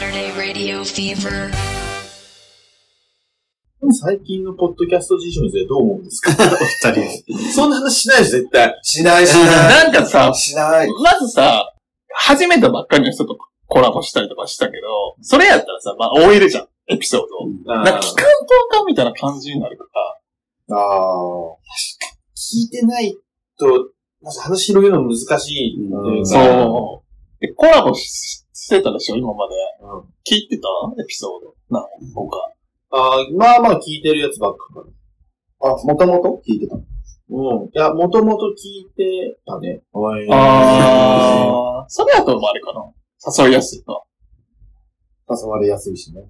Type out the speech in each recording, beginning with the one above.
Radio Fever. 最近のポッドキャスト事情についてどう思うんですか二人。そんな話しないでしょ、絶対。しない しない。なんかさ、しない。まずさ、始めたばっかりの人とコラボしたりとかしたけど、それやったらさ、まあ、終えるじゃん、エピソードを。ななんか期間投下みたいな感じになるから。ああ。聞いてないと、なんか話広げるの難しいというか。そう。で、コラボししてたでしょ、今まで。うん聞いてたエピソード。何個か。あーまあまあ聞いてるやつばっかかな。あ、もともと聞いてた。うん。いや、もともと聞いてた ね。あー。それやと、あれかな。誘いやすいか。誘われやすいしね。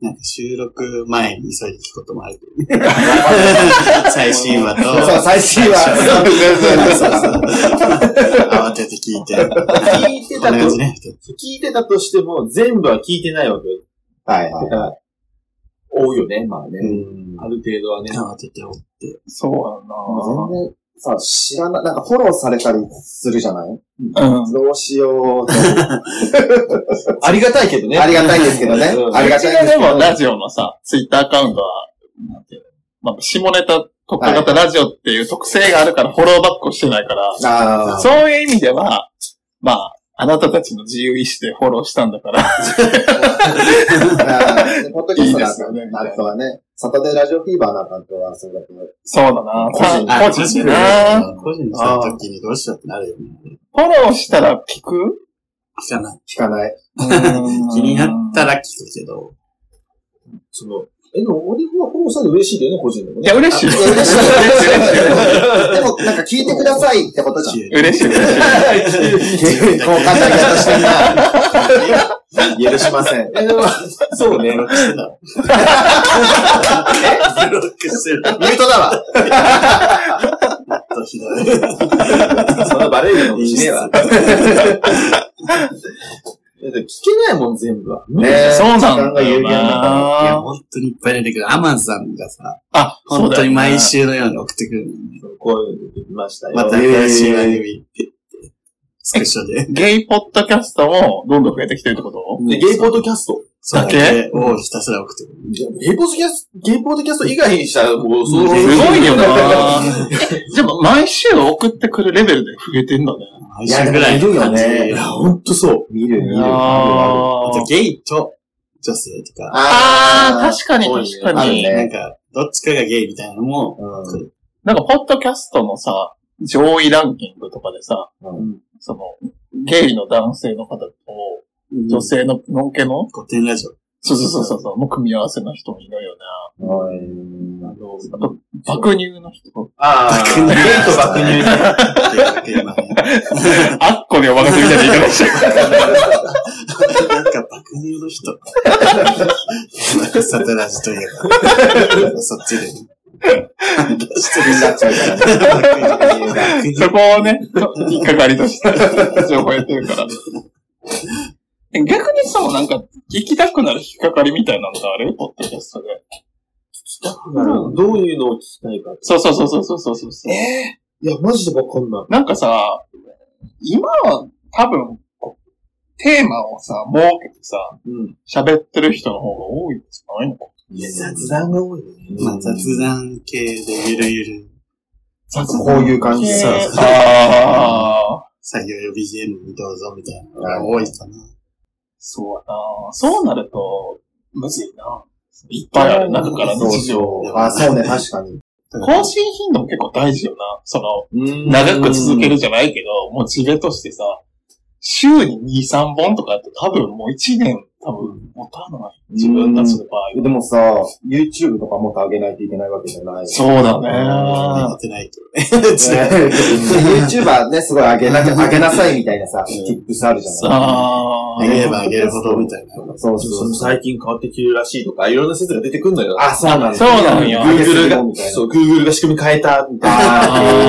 なんか収録前に急いで聞くこともあるけど ね。最新話と。そう、最新最話。そうそうそう。慌てて聞いて。聞いてこたんなと感じ、ね。聞いてたとしても、全部は聞いてないわけはいはい。が多いよね、まあね。うん。ある程度はね。慌てておって。そう全然さ、知らない、なんかフォローされたりするじゃないやな。うん。どうしようと。ありがたいけどね。ありがたいですけどねうん。ありがうちたいがですでけどもラジオのさ、ツイッターアカウントは、なんていうのまあ、下ネタ特化型ラジオっていう特性があるから、フォローバックをしてないから、ああ。そういう意味では、まあ、あなたたちの自由意志でフォローしたんだから、でポッドキャいストなんかいですよねあとはね、サタデーラジオフィーバーなんかはそうだけど、そうだな。個人さ個人でな。個人でした時にどうしようってなるよね。フォローしたら聞く聞かない。聞かない。気になったら。ら聞くけど。 その、え、でも俺もフォローされて嬉しいけどね、個人でもいね。や、嬉しいよい。や嬉しい嬉しいよでも、なんか聞いてくださいってことじゃん。嬉しい。嬉しい。結構簡単な方してんな。許しません。え、でも、そうねブ。ロックしてた。えブロックしてた。ミュートだわ。ちょっとひどい。そんなバレるのもしねえわ。いいっいやでも聞けないもん、全部は。ねえそうなんだ時間が有よ限だからすいや、な。本当にいっぱい出てくる。アマンさんがさ、あ、そ本うだ当よにね毎。週のように送ってくるのね。こういうのできましたよ。また新しい番組って言って、スクショで。ゲイポッドキャストもどんどん増えてきてるってことでゲイポッドキャスト。それだけをひたすら送ってくる。ゲイポッドキャスト、ゲイポッドキャスト以外にしたら、もう、すごいよなでも毎週送ってくるレベルで増えてんだね。毎週ぐらいの感じ。いやでもいるよねあほんとそう。見る、見る。とゲイと女性とか、あー、確かに多いね確かあるに。ねなんか、どっちかがゲイみたいなのも、うんなんか、ポッドキャストのさ、上位ランキングとかでさ、うんその、ゲイの男性の方と、女性の、のんけの古典ラジオ。そうそうそうそう、もう組み合わせの人もいるよね。あの、あと、爆乳の人。あ爆ー、乳ゲイと爆乳。っていうわけ今ね あっこでお任せみたいな言い方してる。なんか爆乳の人。なんかサタラジといえば。そっちで。失礼になっちゃうからね。爆乳そこをね、引っかかりとして、情報やってるから。逆にさ、なんか、聞きたくなる引っかかりみたいなのがあるポッドキャストで。どういうのを聞きたいか。そうそうそうそうそうそうそう。いや、マジでわかんない。なんかさ、今は多分、こうテーマをさ、設けてさ、うん。喋ってる人の方が多いんじゃないのかいや、雑談が多いね。まあ雑談系でゆるゆるなこういう感じ。そうそうああ、作業用 BGM にどうぞみたいなのが多いかな。そうやな。そうなると、むずいな。いっぱいある中からそう日常。そう。あ、そうね、確かに。更新頻度も結構大事よな。その、うん長く続けるじゃないけど、モチベとしてさ、週に2、3本とかって多分もう1年多分持たない。自分たちの場合は。でもさ、YouTube とかもっと上げないといけないわけじゃない。そうだやね。ってないけどね。ね YouTuber ね、すごい上げ なきゃ、上げなさいみたいなさ、tips あるじゃない。ああげればあげるほどみたいな。そうそそううそそうう。最近変わってきてるらしいとか、いろんな説が出てくるのよ。あ、そうなんだ。そうなんよ Google Google がが、、そう、Google が仕組み変えた、みたいな。あ。あーポッド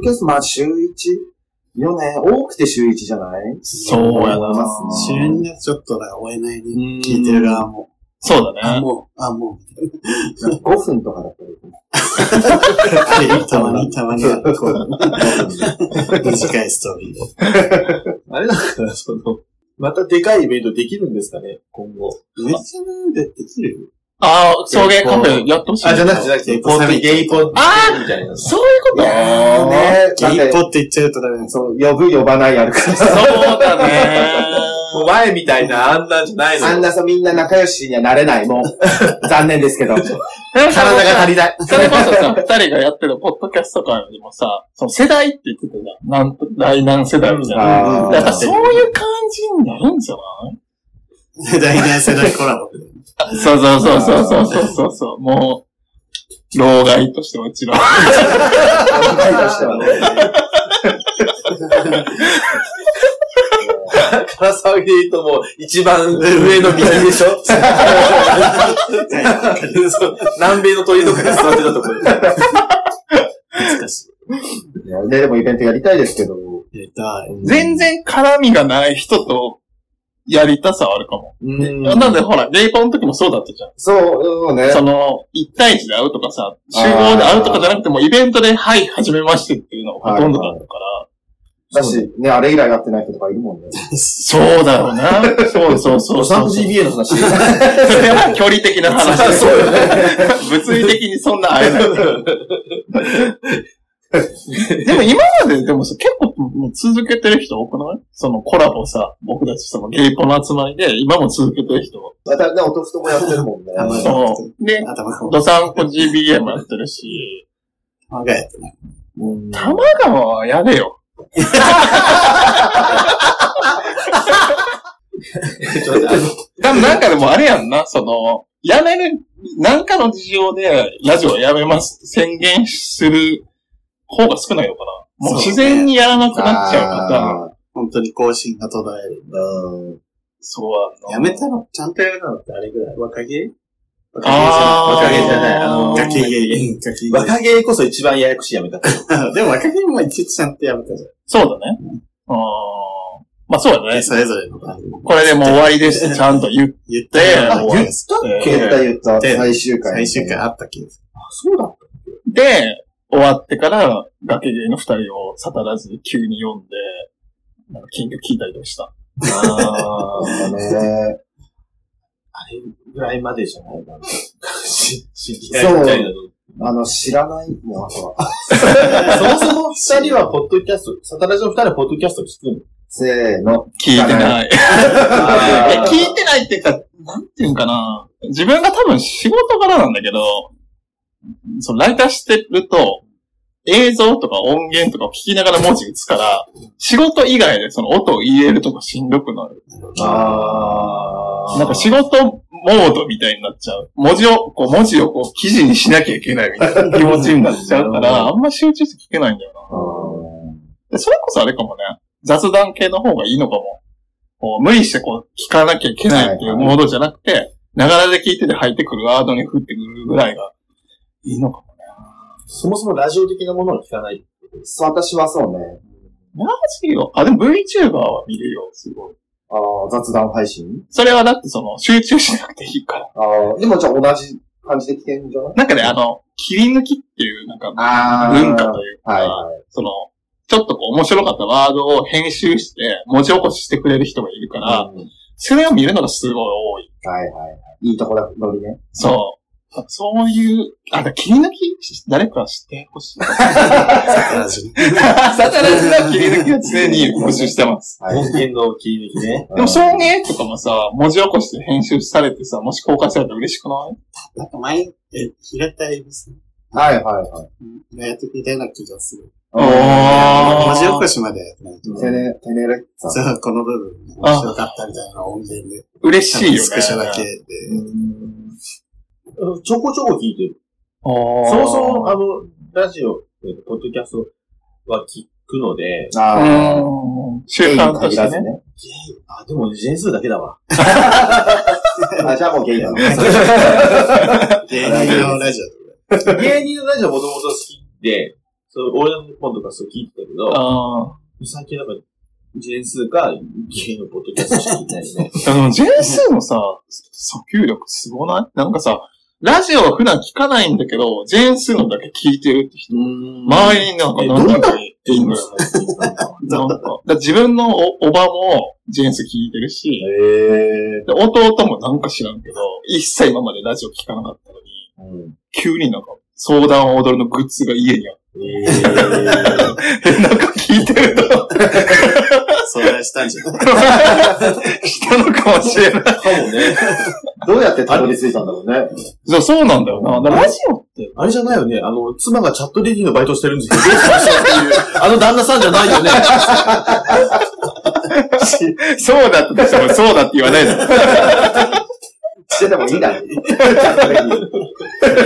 キャスト、まあ、週 1? よね。多くて週1じゃないそうや思いな。ます週ね。にはちょっとな追えないね。聞いてる側も。そうあ、だね。もう、あ、もう。 5分とかだったらいいかも たまに、たまに、 こう、短いストーリーを。あれだから、その、またでかいイベントできるんですかね今後。ウェルサムでできるああ、送迎カフェやってほしい。あ、じゃなくて、じゃなくて、ポートゲイポンあみたいなあ。そういうことやーねゲイなんポかって言っちゃうとダメ なんですそう、呼ぶ、呼ばないあるからさ。そうだもうね。前みたいなあんなんじゃないのあんなさ、みんな仲良しにはなれない、もう。残念ですけど。体が足りない。それこそさ、二人がやってるポッドキャストとかにもさ、その世代って言ってたじゃん。なん第何世代みたいな。あーやっぱそういう感じになるんじゃないよ。第二世代コラボ。そうそうそうそうそうそうそうそう。もう、老害としてもちろん。若いとしてはね。唐沢で言うともう、一番上の右でしょそう南米の鳥とかが座ってたところで。難しいやででもイベントやりたいですけど。い。やりたい。全然絡みがない人と、やりたさはあるかも。うんなんでほら、レイコンの時もそうだったじゃん。そう、そうね。その、一対一で会うとかさ、集合で会うとかじゃなくても、イベントで、はい、はじめましてっていうのがほとんどだったから。だし、ね、あれ以来会ってない人とかいるもんね。そうだろうな。そうそう そうそう。そ GBA の話。れは距離的な話だそうよね。物理的にそんな会えない。でも今まで、でもさ結構もう続けてる人多くないそのコラボさ、僕たちそのゲイポの集まりで、今も続けてる人。またね、おとふともやってるもんね。あんまりそう。で、頭がドサンコ GBA もやってるし、若い。うん玉川はやれよ。多分なんかでもあれやんな、その、やめる、なんかの事情でラジオやめますって宣言する方が少ないのかな。そもううね自然にやらなくなっちゃうから、あ本当に更新が途絶える。ーうんそうやんの。めたのちゃんとやめたのってあれぐらい若気若あー若気じゃないあの気芸ガキ芸。若芸こそ一番ややこしいやめた。でも若気も一応ちゃんとやめたじそうだね。うん。まあそうだゃん。ね。それぞれの。これでもう終わりですってちゃんと言って。 言ったよ。あ、言ったっけ言った言った。で最終回。最終回。あった気がすそうだった。で、終わってから、崖芸の二人をサタらず急に読んで、なんか近況聞いたりと かした。あーあのね。ぐらいまでじゃないかな。し知りそう合いみたいなの。あの、知らないもん、あとは。そもそも二人はポッドキャスト、サタラジの二人はポッドキャストを聞くのせーの。聞いてない。あえー聞いてないっていうか、なんていうんかな。自分が多分仕事柄なんだけど、そのライターしてると、映像とか音源とかを聞きながら文字打つから、仕事以外でその音を入れるとかしんどくなる。あーなんか仕事モードみたいになっちゃう。文字を、こう文字をこう記事にしなきゃいけないみたいな気持ちになっちゃ うから、あんま集中して聞けないんだよな。でそれこそあれかもね、雑談系の方がいいのかも。こう無理してこう、聞かなきゃいけないっていうモードじゃなくて、ながらで聞いてて入ってくるワードに降ってくるぐらいがいいのかも。そもそもラジオ的なものを聞かない。そう、私はそうね。マジよ。あ、でも VTuber は見るよ、すごい。あー雑談配信それはだってその、集中しなくていいから。あーでもじゃあ同じ感じで聞けるんじゃないなんかね、あの、切り抜きっていう、なんか、あ文化というか、はいはい。その、ちょっとこう面白かったワードを編集して、文字起こししてくれる人がいるから、うんそれを見るのがすごい多い。はいはいはい。いいとこだ、ノリね。そう。そういう、あ、だ切り抜き、誰か知ってほしい。る。サタラジの切り抜きを常に募集してます。はい音源の切り抜きね。でも、送迎とかもさ、文字起こして編集されてさ、もし公開されたら嬉しくないなんか前、え、平たいですね。はいはいはい。がやってみたいな気がする。お文字起こしまでやってないと。テネ、テネレッツァそう、この部分、面白かったみたいな音源で。嬉しいよね。スクショだけで。ちょこちょこ聞いてる。そそもそも、あも、の、ラジオ、えーポッドキャストは聞くので、ん。あーうん。習慣としてね。ね。あ、でもジェンスーだけだわ。あ、じゃあもうゲイだね。芸人のラジオとか。芸人のラジオもともと好きで、そう俺の本とかそう聞いてたけど、あ最近なんか、ジェンスーが芸のポッドキャストしか聞いてないね。あ。でも、ジェンスーのさ、訴求力すごないなんかさ、ラジオは普段聞かないんだけど、ジェーンスーのだけ聞いてるって人、周りにな んかえ何か言っていいんだよね。なんか、だから自分のおおばもジェーンスー聞いてるし、えで、弟もなんか知らんけど、一切今までラジオ聞かなかったのに、急になんか、相談を踊るのグッズが家にあって、えなんか聞いてると相談したんじゃ ないしたのかもしれない。どうやってたどり着いたんだろうね。そうそうなんだよな。だからラジオって、あれじゃないよね。あの、妻がチャットレディのバイトしてるんですけど、どうしましょうっていう、あの旦那さんじゃないよね。そうだって人もそうだって言わな いです。しててもいいだろ。チャットレデ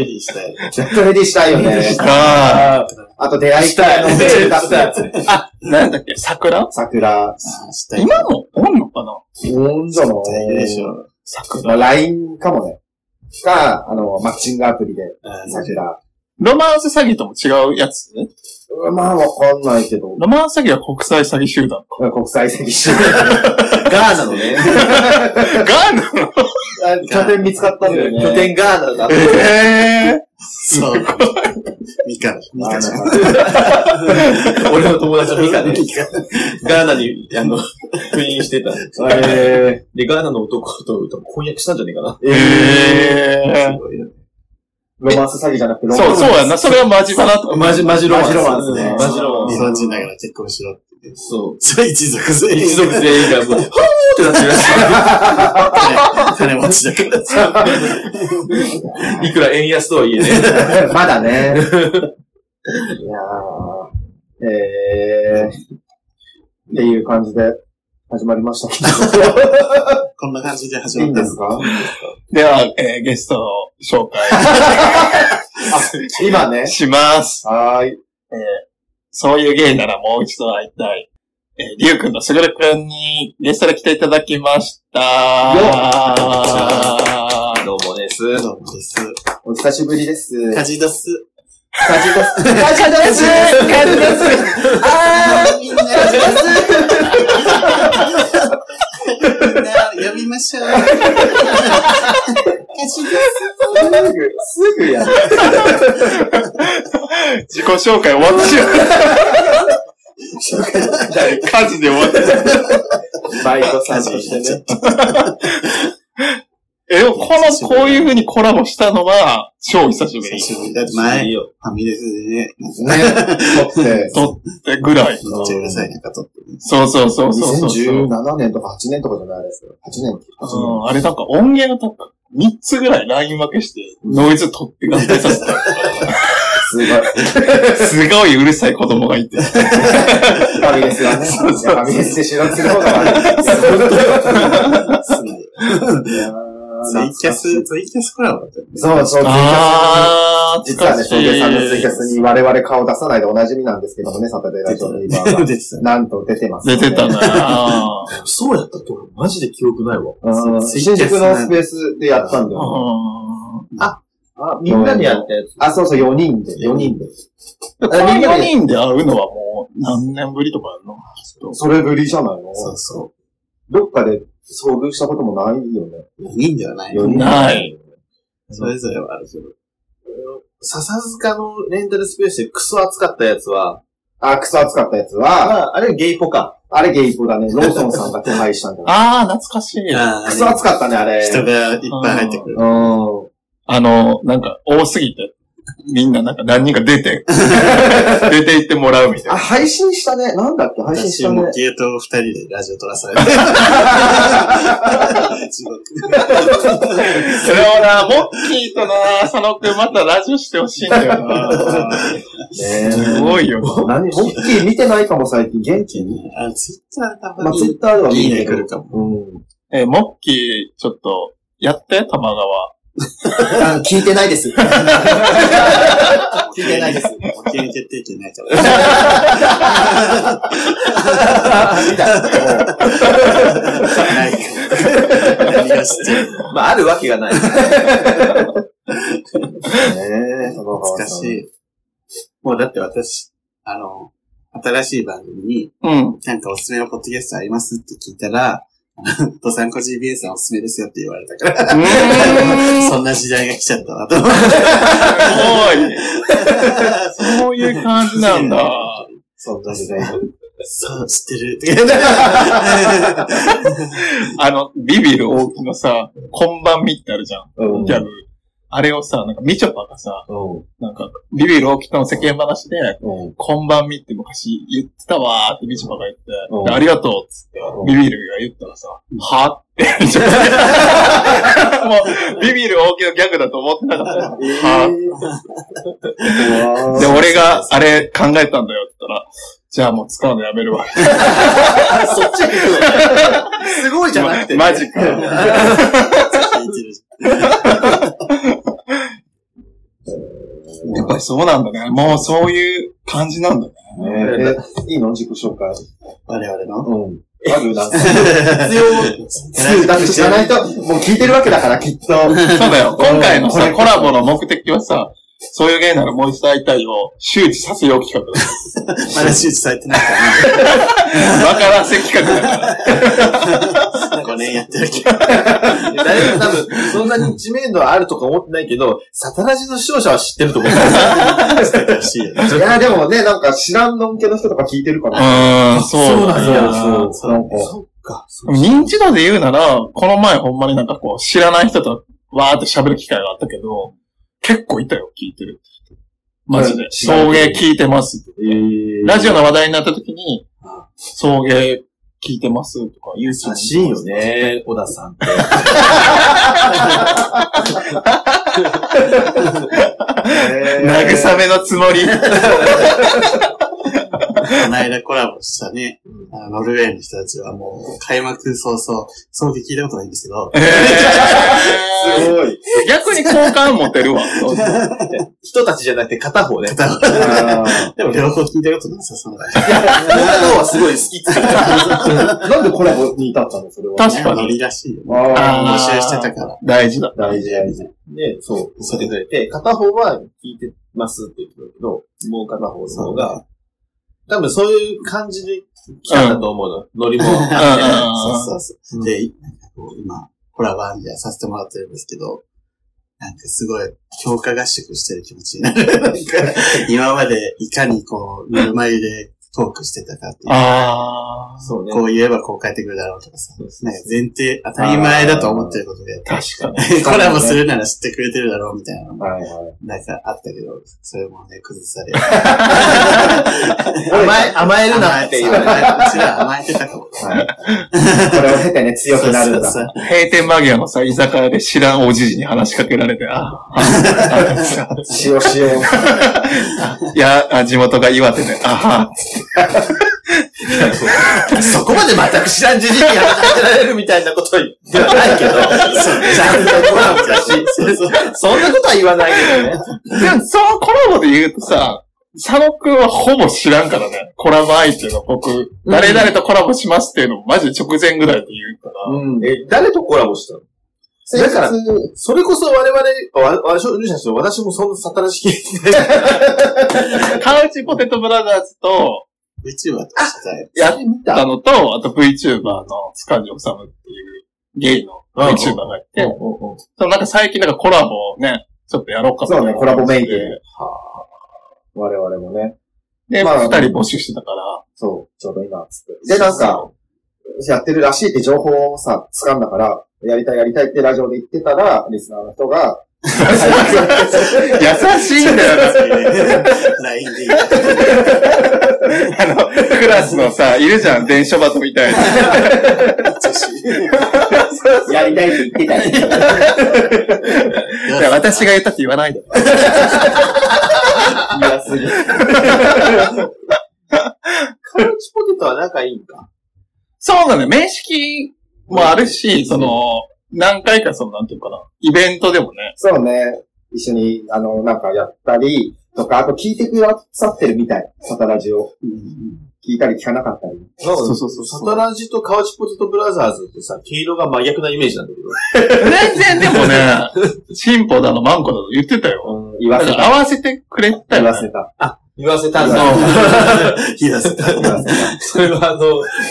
ィしたい。ジャットレディしたいよね。ああと出会いたいのメール出したやつ。ーなんだっけ、桜桜。したい。今もおんのかなほんじゃのいるでしょ。まあ LINE かもね。か、あの、マッチングアプリであ ー桜。ロマンス詐欺とも違うやつまあわかんないけど。ロマンス詐欺は国際詐欺集団。国際的集ガーナのね。ガーナの団。 拠点見つかったんだよね。拠点ガーナだっえそう。ミカ、ミあカじゃん。のた。俺の友達のミカね。 ガーナに、あの、赴任してた。えで、ガーナの男と多分婚約したんじゃねえかな。ーー、えー。ロマンス詐欺じゃなくて、ロマンそう、そスうやんな。それはマジバナとか。マジ、マジロマンス。マジロマンスねマジロマン日ス。本人だから結婚しろって。そう。それ一族全員。一族全員がもう、はぁーってなってるらし 金持ちだからさ。い。いくら円安とはいえね。まだね。いやーえー、っていう感じで始まりましたけこんな感じで始ど。いいまんったんでですす。かでは、えーゲストの紹今ね介。します。はーい。そういう芸ならもう一度会いたい。えー、りゅうくんとすぐるくんにゲストで来ていただきました。どうもです。どうもです。お久しぶりです。カジダス。カジです。感謝です感謝ですあー、みんな、カジダス。みんな、呼びましょう。カジダス。すぐ、すぐやる。自己紹介終わってしまう。家事で終わってしまう。バイトさカんジとしてね。え、この、こういう風にコラボしたのは、超久しぶ久りしぶりだって前、ファミレスでね、ね、撮って。ってぐらい。めっちゃうるさい中撮ってる。そうそうそうそうそうそう。 2017年とか8年とかじゃないですよ。8年。うんあれなんか音源とか、3つぐらいライン分けして、ノイズ取って合体させ た。すごい。すごいうるさい子供がいて。ファミレスがね。そうそうそうファミレスで収録する方が悪い。すごいツイキャス、ツイキャスコラボだったよね。そうそう、ツイキャあー、ス。実はね、翔平さんのツイキャスに。に我々顔出さないでおなじみなんですけどもね、サタデーラジオの今は。です。なんと出てます、出てた。なぁ。そうやったって俺マジで記憶ないわ。うん。ツイ新キャ宿スねのスペースでやったんだよ。うあ、みんなでやったやつ。あ、そうそう、4人で、4人で。ん。この4人で会うのはもう何年ぶりとかやんのそれぶりじゃないのそうそどっかで遭遇したこともないよね。う。4人ではない。四人ない。それぞれはあるけど。笹塚のレンタルスペースでクソ暑かったやつは、あ、クソ暑かったやつあは、あ、あれゲイポか。あれゲイポだね。ローソンさんが手配したんだよ。 あー、懐かしい。あクソ暑かったね、あれ。人がいっぱい入ってくる。うん。あの、なんか多すぎて、みんななんか何人か出 て、出て行ってもらうみたいあ、配信したね。なんだっけ配信し私たねも。ゲートを二人でラジオ撮らされて。地獄な。それはな、モッキーとな、佐野くんまたラジオしてほしいんだよな。 すねごいよ。何ホッキー見てないかも最近。元気に。 あ、ツイッターたままあ、ツイにッターでは見いいるねけど。来るかも。うん。えーモッキー、ちょっと、やって、玉川。あ聞いてない で す。聞いてないです。保険決 定権ないから。ないから。何が知ってるまあ、あるわけがない。ねえ、懐かしい。もうだって私、あの、新しい番組に、うん。 なんかおすすめのポッドキャストありますって聞いたら、 ドサンコ GBA さんおすすめですよって言われたから、うーん。そんな時代が来ちゃったなと思っすごい。そういう感じなんだ。そんな時代。て。そう、知ってる。あの、ビビる大木のさ、こんばんみってあるじゃん。うん。ギャグ。あれをさ、なんか、みちょぱがさ、うん。なんか、ビビる大木との世間話で、うん。こんばんみって昔言ってたわーってみちょぱが言ってうん、でありがとうっつってう、んビビるが言ったらさ、はって言っちゃった。もう、ビビる大きなギャグだと思ってなかったよ。はうわで、俺があれ考えたんだよって言ったら、じゃあもう使うのやめるわ。そっちすごいじゃなくて、マジ か。やっぱりそうなんだね。もうそういう感じなんだね。ーねえ、いいの自己紹介。我々の。うん。あるな。必要。だって知らない人、もう聞いてるわけだから、きっと。そうだよ。 今回のこさ、れコラボの目的はさ、そういう芸ならもう一度会いたいを周知させよう企画だ。まだ周知されてないかわからせ企画だから。ら、5年やってるけど。誰も多分、そんなに知名度はあるとか思ってないけど、サタラジの視聴者は知ってると思う。楽しいよね。いや、でもね、なんか知らんのんけの人とか聞いてるから。うーん、そうだそうなそうそう。なんか。そっか。認知度で言うなら、この前ほんまになんかこう、知らない人とわーって喋る機会があったけど、結構いたよ、聞いてる。マジでう。ん送迎聞いてますって。ラジオの話題になった時に、送迎聞いてますとか言うし優しいよね。ねえ、小田さん。慰めのつもり。この間コラボしたね、あのノルウェーの人たちはもう、開幕早々、そうで聞いたことないんですけど、えーすごい。逆に好感持てるわ。人たちじゃなくて片方ね。片方あでも両方聞いたことなさそうだね。片方はすごい好きって言ってた。ーなんでコラボに至ったのそれは。確かノにリらしいよね。ああー募集してたから。大事だ。ー大事大事。で、そう、それくれて、片方は聞いてますって言ってるけど、もう片方の方が、多分そういう感じで来たんだと思うの。ノリも。うそんううそうそう。で、なんかこう今、コラボアンジャーさせてもらってるんですけど、なんかすごい、強化合宿してる気持ちになる。なんか今までいかにこう、ぬるま湯でトークしてたかっていん。う。ああ。そうね。こう言えばこう返ってくるだろうとかさ。そうそうなんか前提、当たり前だと思ってることで、確かに。 コラボするなら知ってくれてるだろうみたいなのも、はいはなんかあったけど、それもね、崩され。甘え、甘えるなっていう。甘えうちら甘えてたかも。い。これを経てね、強くなるんだ。そうそう閉店間際のさ、居酒屋で知らんおじじに話しかけられて、あああしようしよう。 いや、あ地元が岩手で、あそこまで全く知らんじじいに話してられるみたいなことではないけど、ちゃんとコラボだし、そんなことは言わないけどね。はでも、そのコラボで言うとさ、佐野くんはほぼ知らんからね。コラボ相手の僕、誰々とコラボしますっていうのもマジで直前ぐらいで言うから。うん。え、誰とコラボしたのだから、それこそ我々、わ、わ、しょ、者私もそんなサタラ 式カウチポテトブラザーズと、 VTuber としてやったのと、あと VTuber の塚地治っていうゲイの VTuber がいて、そのなんか最近なんかコラボをね、ちょっとやろうかとそうねコラボメインでで。我々もね。で、まあ二人募集してた から。そう、ちょうど今、つって。で、なんか、やってるらしいって情報をさ、掴んだから、やりたいやりたいってラジオで言ってたら、リスナーの人が、 優しいんだよな。 LINE で あの、クラスのさ、いるじゃん、電書バトみたいな。やりたいって言ってたよ。いや私が言ったって言わないで。言いやすぎ。カルチポテトは仲いいんか。そうなのよ。面識もあるし、その、何回かその、なんていうかな、イベントでもね。そうね。一緒に、あの、なんかやったり、とか、あと聞いてくださってるみたい。サタラジオ。聞いたり聞かなかったり。そうそうそうサタラジとカウチポテトブラザーズってさ、毛色が真逆なイメージなんだけど。全然でもね、進歩だの、マンコだの言ってたよ。言わだせかた。ら合わせてくれた言よわね。せた。言わせたんだ。言い出せた。 それは、あの、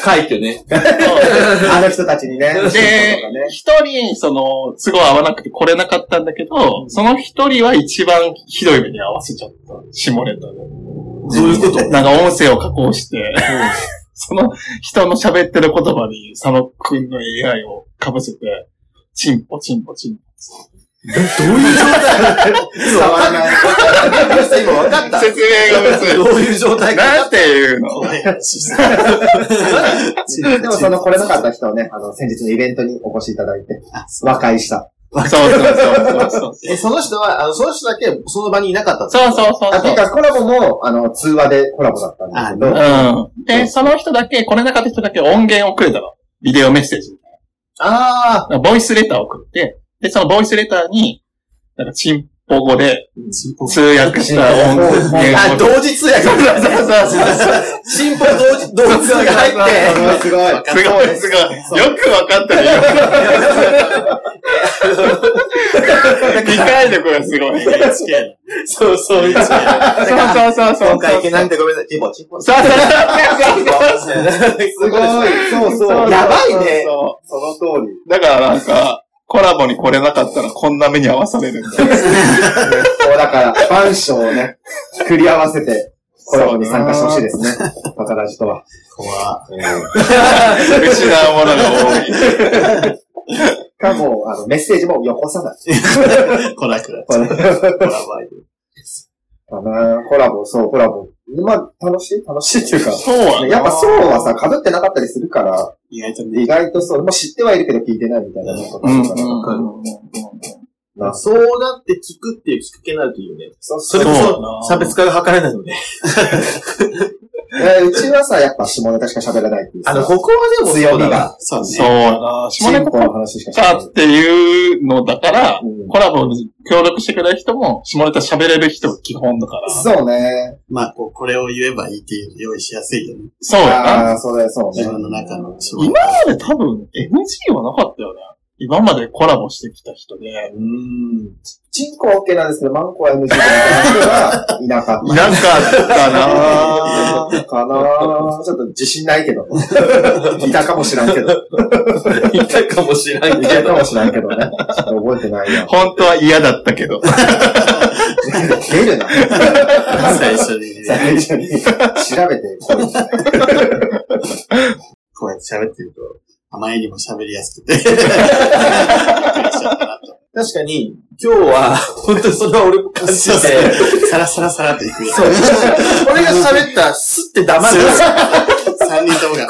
快挙ね。あの人たちにね。で、一人、その、すごい合わなくて来れなかったんだけど、その一人は一番ひどい目に合わせちゃった。下ネタで。どういうことなんか音声を加工して、その人の喋ってる言葉に佐野くんの AI をかぶせて、チンポチンポチンポ。伝わらない。今分かった。説明が 別どに。ういう状態か。なんていうの怖い話した。でもその来れなかった人をね、あの、先日のイベントにお越しいただいて、和解した。そうそうそうそう。え、その人は、あの、その人だけその場にいなかったそうそうそうあ、そてう。かコラボも、あの、通話でコラボだったんですけど、うん。で、その人だけ、来れなかった人だけ音源をくれたの。ビデオメッセージ。あボイスレターを送って、で、そのボイスレターに、なんか、チンポ語で通訳した音源を。あ、同時通訳。そうそうそうそう。進歩同時、同時通訳入って。すごい。すごい、すごい。よくわかったね。 理解力がすごい。 NHK そうそう。今そうそうそうそう。回いけなそうくてごめんなさい。チンポ、チンポ。そうそうそう。すごい。そうそう。やばいねそその通り。うだからなんか、コラボに来れなかったらこんな目に合わされるんだ。こうだから、番章をね、作り合わせて、コラボに参加してほしいですね。バカラジとは。怖失うものが多い。かも、あの、メッセージもよこさな い。来なくなっこちゃれう。かやばい。なコラボ、そう、コラボ。まあ、楽しい楽しいっていうか。そうはね。やっぱそうはさ、被ってなかったりするから、意外とね、意外とそう、もう知ってはいるけど聞いてないみたいなこうとがあんるから。うんまあそうなって聞くっていうきっかけになるといいよね。そそれこそうだなそ差別化が図れないのね。えーうちはさ、やっぱ下ネタしか喋らないっていうさ。あの、ここはでも強みそうだがな。そうね。そうだな。下チンネポのタ話しかさ喋らんない。っていうのだから、うんコラボに協力してくれる人も、下ネタ喋れる人が基本だから。そうね。まあ、こう、これを言えばいいっていうの用意しやすいよね。そうやな。ああ、それ、そうね。自分の中の仕今事。まで多分 NG はなかったよね。今までコラボしてきた人で。うん。チンコは OK なんですけど、マンコは NG だった人はいなかいなかったなぁ。 った。かなーちょっと自信ないけど。いたかもしらんけど。いたかもしれないいたかもしらんけどね。ちょっと覚えてない な。 本当は嫌だったけど。出るな。最初に、ね、最初に調べて、ここううやって喋ってると、あまりにも喋りやすくて。確かに、今日は、本当にそれは俺も感じて、サラサラサラっていくよ。そう。俺が喋 ったら、スって黙る。三人ともが。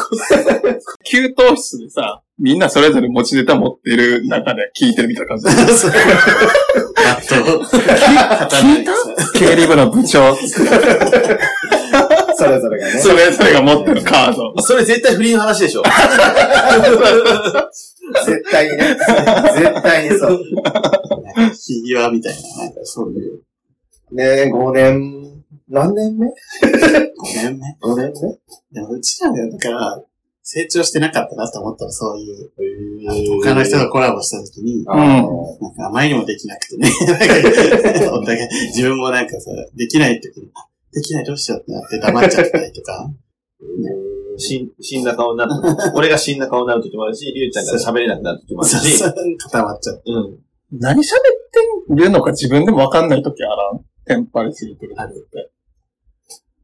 給湯室でさ、みんなそれぞれ持ちネタ持ってる中で聞いてるみたいな感じで。やっと、聞いた経理部の部長、それぞれがね。それぞれが持ってるカード。それ絶対不倫の話でしょ。絶対にね。絶対にそう。ひぎわみたいな、なんかそういう、ねえ、5年、何年目ごめんね。 ?5 年目でもうちらが、だから、成長してなかったなと思ったら、そういう、他の人とコラボした時に、あなんかあまりにもできなくてね。 お互い、自分もなんかさ、できない時に、あできないどうしようってなって黙っちゃったりと か。死ん死んだ顔になる。俺が死んだ顔になる時もあるし、りゅうちゃんが喋れなくなる時もあるし。固まっちゃう。うん。何喋ってるのか自分でもわかんないときあらん。テンパりすぎてる時って。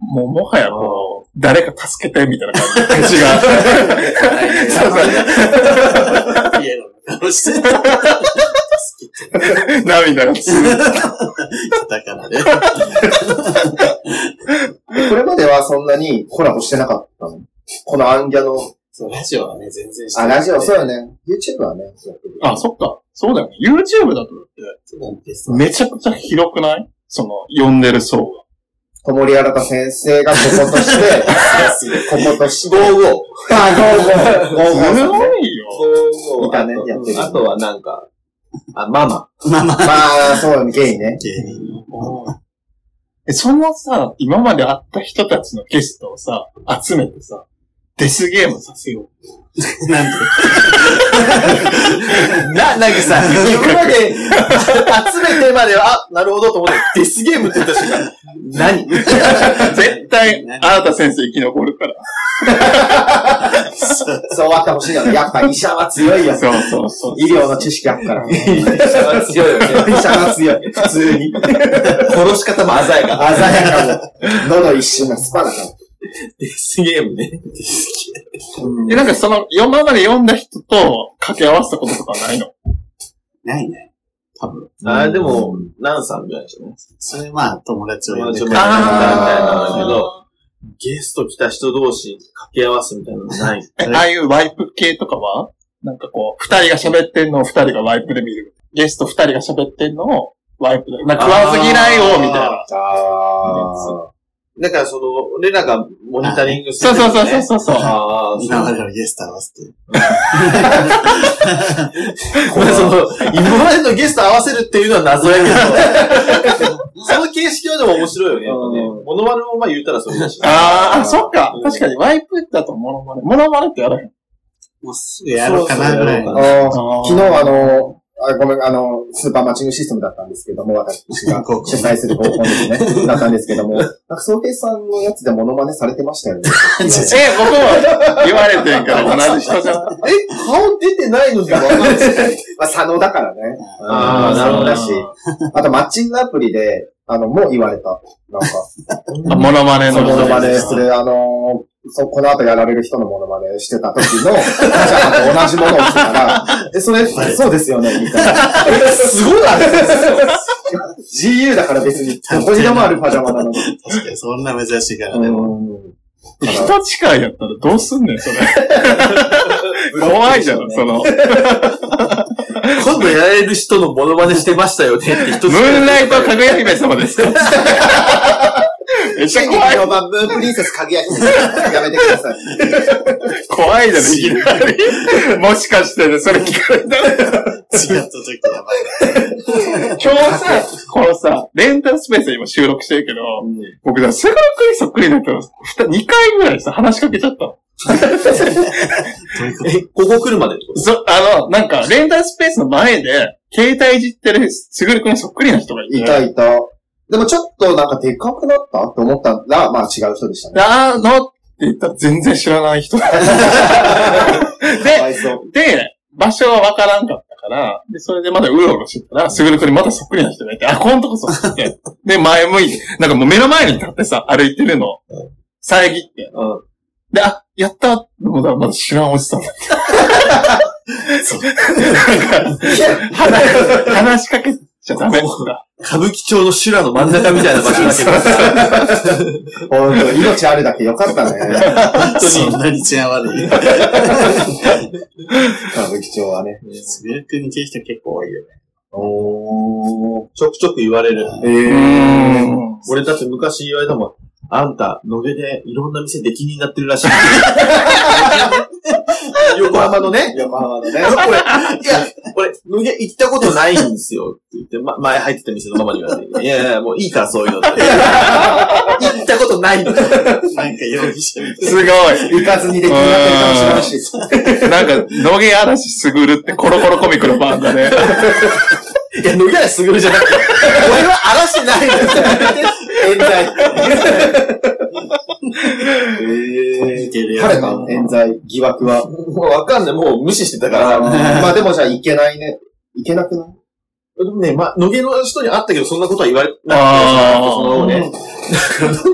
もうもはやこう、誰か助けてみたいな感じ。違う。そう家の中をして。好きってそう涙がつだからね。ーこれまではそんなにコラボしてなかったのこのアンギャの、 そう、ラジオはね、全然してあ、なラくてジオ、そうよね。YouTube はね。あ、そっか。そうだよね。YouTube だとだって、そうなんです。めちゃくちゃ広くないその、呼んでる層小森新太先生がここと して、こことして、 55。あ、ゴーゴー、ゴが。ーすゴー。ごいよ。 55。いたねやってるあとはなんか、あ、ママ。まあまあ、まあ、そうよね、ゲイね。芸人の。え、そのさ、今まで会った人たちのゲストをさ、集めてさ、デスゲームさせよなんでな、なんかさ、今まで集めてまでは、あ、なるほどと思って、デスゲームって言った瞬間、 何う。絶対、あなた先生生き残るから。そうあったほしいな。やっぱ医者は強いよ。そうそうそう。医療の知識あるから。医強いよね。者は強い。普通に。殺し方も鮮やか。鮮やかも。喉一瞬がスパだから。デスゲームね。え、なんかその、今まで読んだ人と掛け合わせたこととかないのないね。多分。あれでも、ランさんみたいな人ね。それまあ、友達を呼んで友達を呼んであみたーいなのだけど、ゲスト来た人同士掛け合わせみたいなのない。えああいうワイプ系とかはなんかこう、二人が喋ってんのを二人がワイプで見る。ゲスト二人が喋ってんのをワイプで。なんか食わず嫌いを、みたいな。あだからその、俺らがモニタリングすそる、うね。そうそうそうそう。ああ、そう今までのゲスト合わせて。これその、 今までのゲスト合わせるっていうのは謎やけ ど、その形式はでも面白いよね、やっぱうね。モノマネもまあ言ったらそうだし。あーあ、そっか。確かに、ワイプだとモノマネ。モノマネってやらへん。もうすぐやろうかな、ぐらいあの。ー。昨昨日あの、あごめん、あの、スーパーマッチングシステムだったんですけども、私が高校主催する高校ですね、だったんですけども、なんか、総平さんのやつでモノマネされてましたよね。え、僕も言われてんから同じ人じゃん。え、顔出てないのにわかんない。まあ、佐野だからね。ああ、なるほど。だし。あと、マッチングアプリで、あの、もう言われた。なんか、あモノマネその。のモノマネする、あのそ、この後やられる人のモノマネしてた時の、じゃあ、同じものをしてたら、え、それ、そうですよね、みたいな。すごいな、 GU だから別に、どこにでもあるパジャマなのに。確かに、そんな珍しいから、うね。ん人近いやったらどうすんねん、 それ。怖いじゃん、その。ムー今度やれる人のモノマネしてましたよねって一つ。 ンライトかぐや姫様です。 めっちゃ怖い。 4番、ムーンプリンセスかぐや姫やめてください。怖いじゃん、いきなり。もしかしてね、それ聞かれたら。違った時やばい。今日さ、このさ、レンタルスペースで今収録してるけど、僕さ、すごいクリそっくりだったの。2回ぐらいさ、話しかけちゃったの。え、ここ来るまでってことそ、あの、なんか、レンタルスペースの前で、携帯いじってるすぐるくんにそっくりな人がいて。いたいた。でもちょっとなんかでかくなったって思ったら、まあ違う人でしたね。あーのって言ったら全然知らない 人かで、わいそう。で、場所はわからんかったから、で、それでまだうろうろしてたら、すぐるくんにまたそっくりな人がいて、あ、今度こ そって。で、前向いて、なんかもう目の前に立ってさ、歩いてるの、遮って。うんで、あ、やったと思ったらまだ知らんおじさんだ った。そうなんか話話しかけちゃダメとか。歌舞伎町の修羅の真ん中みたいな場所だけど、本当命あるだけよかったね。 本そ当んなに治安悪い。歌舞伎町はね。すぐるくんに聞いた人結構多いよね。に。おーちょくちょく言われる。えうー。ん俺だって昔言われたもん。あんた、野毛でいろんな店出禁になってるらしい。横浜のね。横浜のね。俺、いや、俺、野毛行ったことないんですよって言って、ま、前入ってた店のママに言われて、いやいや、もういいからそういうのって。行ったことないの。なんか容疑者みたいすごい。行かずにできなくなってるかもしれないし。なんか、野毛嵐すぐるってコロコロコミックのバンドね。いや、野毛はすぐるじゃなくて、俺は嵐ないの 冤罪。な。似てるや晴れつ。た冤罪、疑惑は。もうわかんない。もう無視してたからあーさ。まあでもじゃあいけないね。いけなくないでもね、ま、野毛の人に会ったけど、そんなことは言われなくて、あーそのね、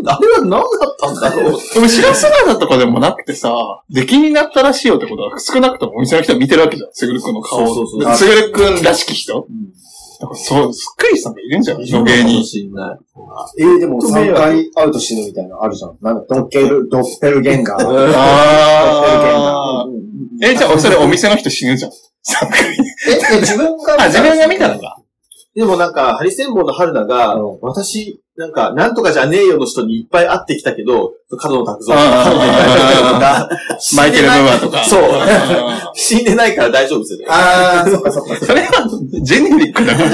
あれは何だったんだろうってでも、白姿とかでもなくてさ、出禁になったらしいよってことは、少なくともお店の人は見てるわけじゃん。すぐるくんの顔を。そうそうそうすぐるくんらしき人、だからそう、すっくりさんがいるんじゃん、野毛かもに。しんない。えー、でも3回会うと死ぬみたいなのあるじゃん。なんかドッペル、ドッペルゲ ンガー。ドッあ ペルゲンガー。ー。え、じゃあ、それお店の人死ぬじゃん。三回え、え自分があ、自分が見たのか。でもなんか、ハリセンボンの春菜が、うん私、なんか、なんとかじゃねえよの人にいっぱい会ってきたけど、角野拓造とか、 マイケル・ムーアとか。そうあ死んでないから大丈夫ですよね。あー、そっかそっか。ーそれは、ジェネリックだから。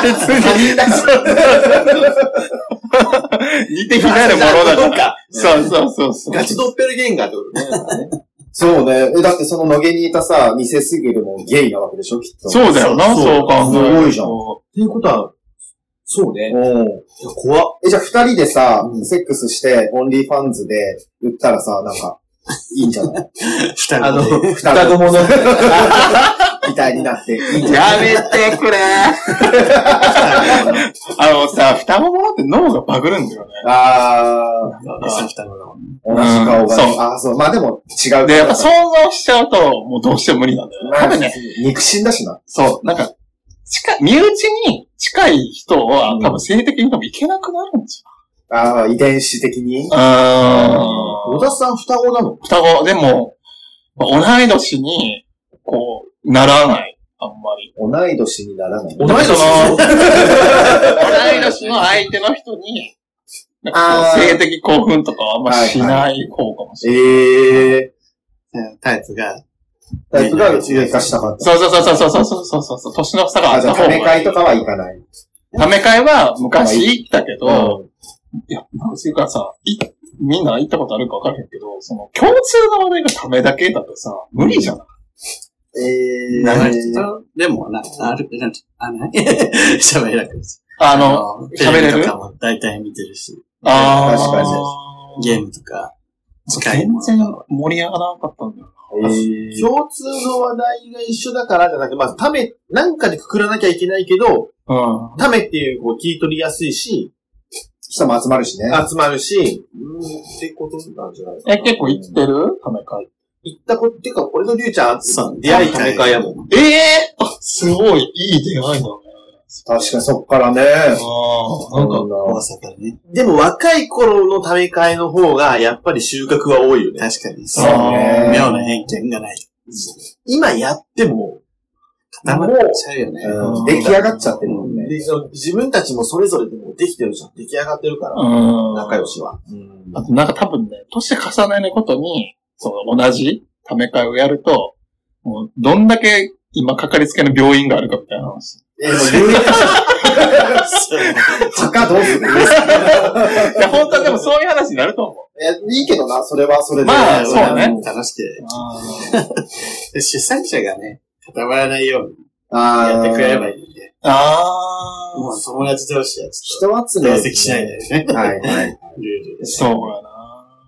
別 に。似て非なるものだから。そうか。そうそうそうそう。ガチドッペルゲンガーってことねだからね。そうね。えだってその野毛にいたさ、偽すぎるもゲイなわけでしょ、きっと。そうだよな、そうそう考えるとすごいじゃんっていうことは、そうね。うん。怖っ。え、じゃあ二人でさ、うんセックスして、オンリーファンズで売ったらさ、なんか、いいんじゃない 双あの、子で。双子もの。みたいになって、いいんじゃないやめて くれあのさ、双子ものって脳がバグるんだよね。あ餌双子だもんね。ー、同じ顔が、うんそうあーそう、まあでも違う。で、やっぱ想像しちゃうと、もうどうしても無理なんだよね。ま多あ分ね、肉親だしな。そう、なんか、近い、身内に近い人は、多分性的に多分いけなくなるんですよ。ああ、遺伝子的に。うん。小田さん双子なの双子、でも、同い年に、こう、ならない。あんまり。同い年にならない。同い年その同い年の相手の人に、なんかあこうー性的興奮とかはあんましない方かもしれない。ええタイプが、ー。タイプが上化したかった。そうそうそうそうそうそうそうそう、年の差がああ、っじゃた方あ、たがいめい。会とかは行かない。ため会は昔行ったけうど、いや、なんていうかさ、いみんな行ったことあるかわかんないけど、その共通の話題がためだけだとさ、無理じゃないん。ええなるー。人でも、なんか、ある、なんて、あ、ない 喋れなくて。ああの、の、喋テれるレビとかも大体見てるし、あー確かにゲームとか、近い全ものとか然盛り上がらなかったんだよ。えー共通の話題が一緒だからじゃなくて、まあ、ため、なんかでくくらなきゃいけないけど、うん。ためっていう、こう、聞い取りやすいし、人も集まるしね。集まるし、うん、ってことなんじゃないかな。え、結構行ってるため会。行ったこと、っていうか、俺のりゅうちゃん、そう出会いため会やもん。ええあ、すごい、いい出会いだね。確かにそっからね。ああ、なんか、大か、阪ね。でも若い頃のため会の方が、やっぱり収穫は多いよね。確かに、そそうう。ね妙な偏見がない。今やっても、固まっちゃうよね。うん出来上がっちゃってるもんね。でその自分たちもそれぞれでもうできてるじゃん。出来上がってるから、うん。仲良しは。うんあとなんか多分ね、年重ねることに、その同じため会をやると、もうどんだけ今かかりつけの病院があるかみたいな話。 えー、もう留年そう墓どうするいや、本当はでもそういう話になると思う。えいいけどな、それはそれで。まあそうだね。楽しくて。で出産者がね、固まらないようにあーやってくれればいいんで、あもう友達同士はちょっ人集と同め。席しないでね、はいはい。ルールで。そうやな。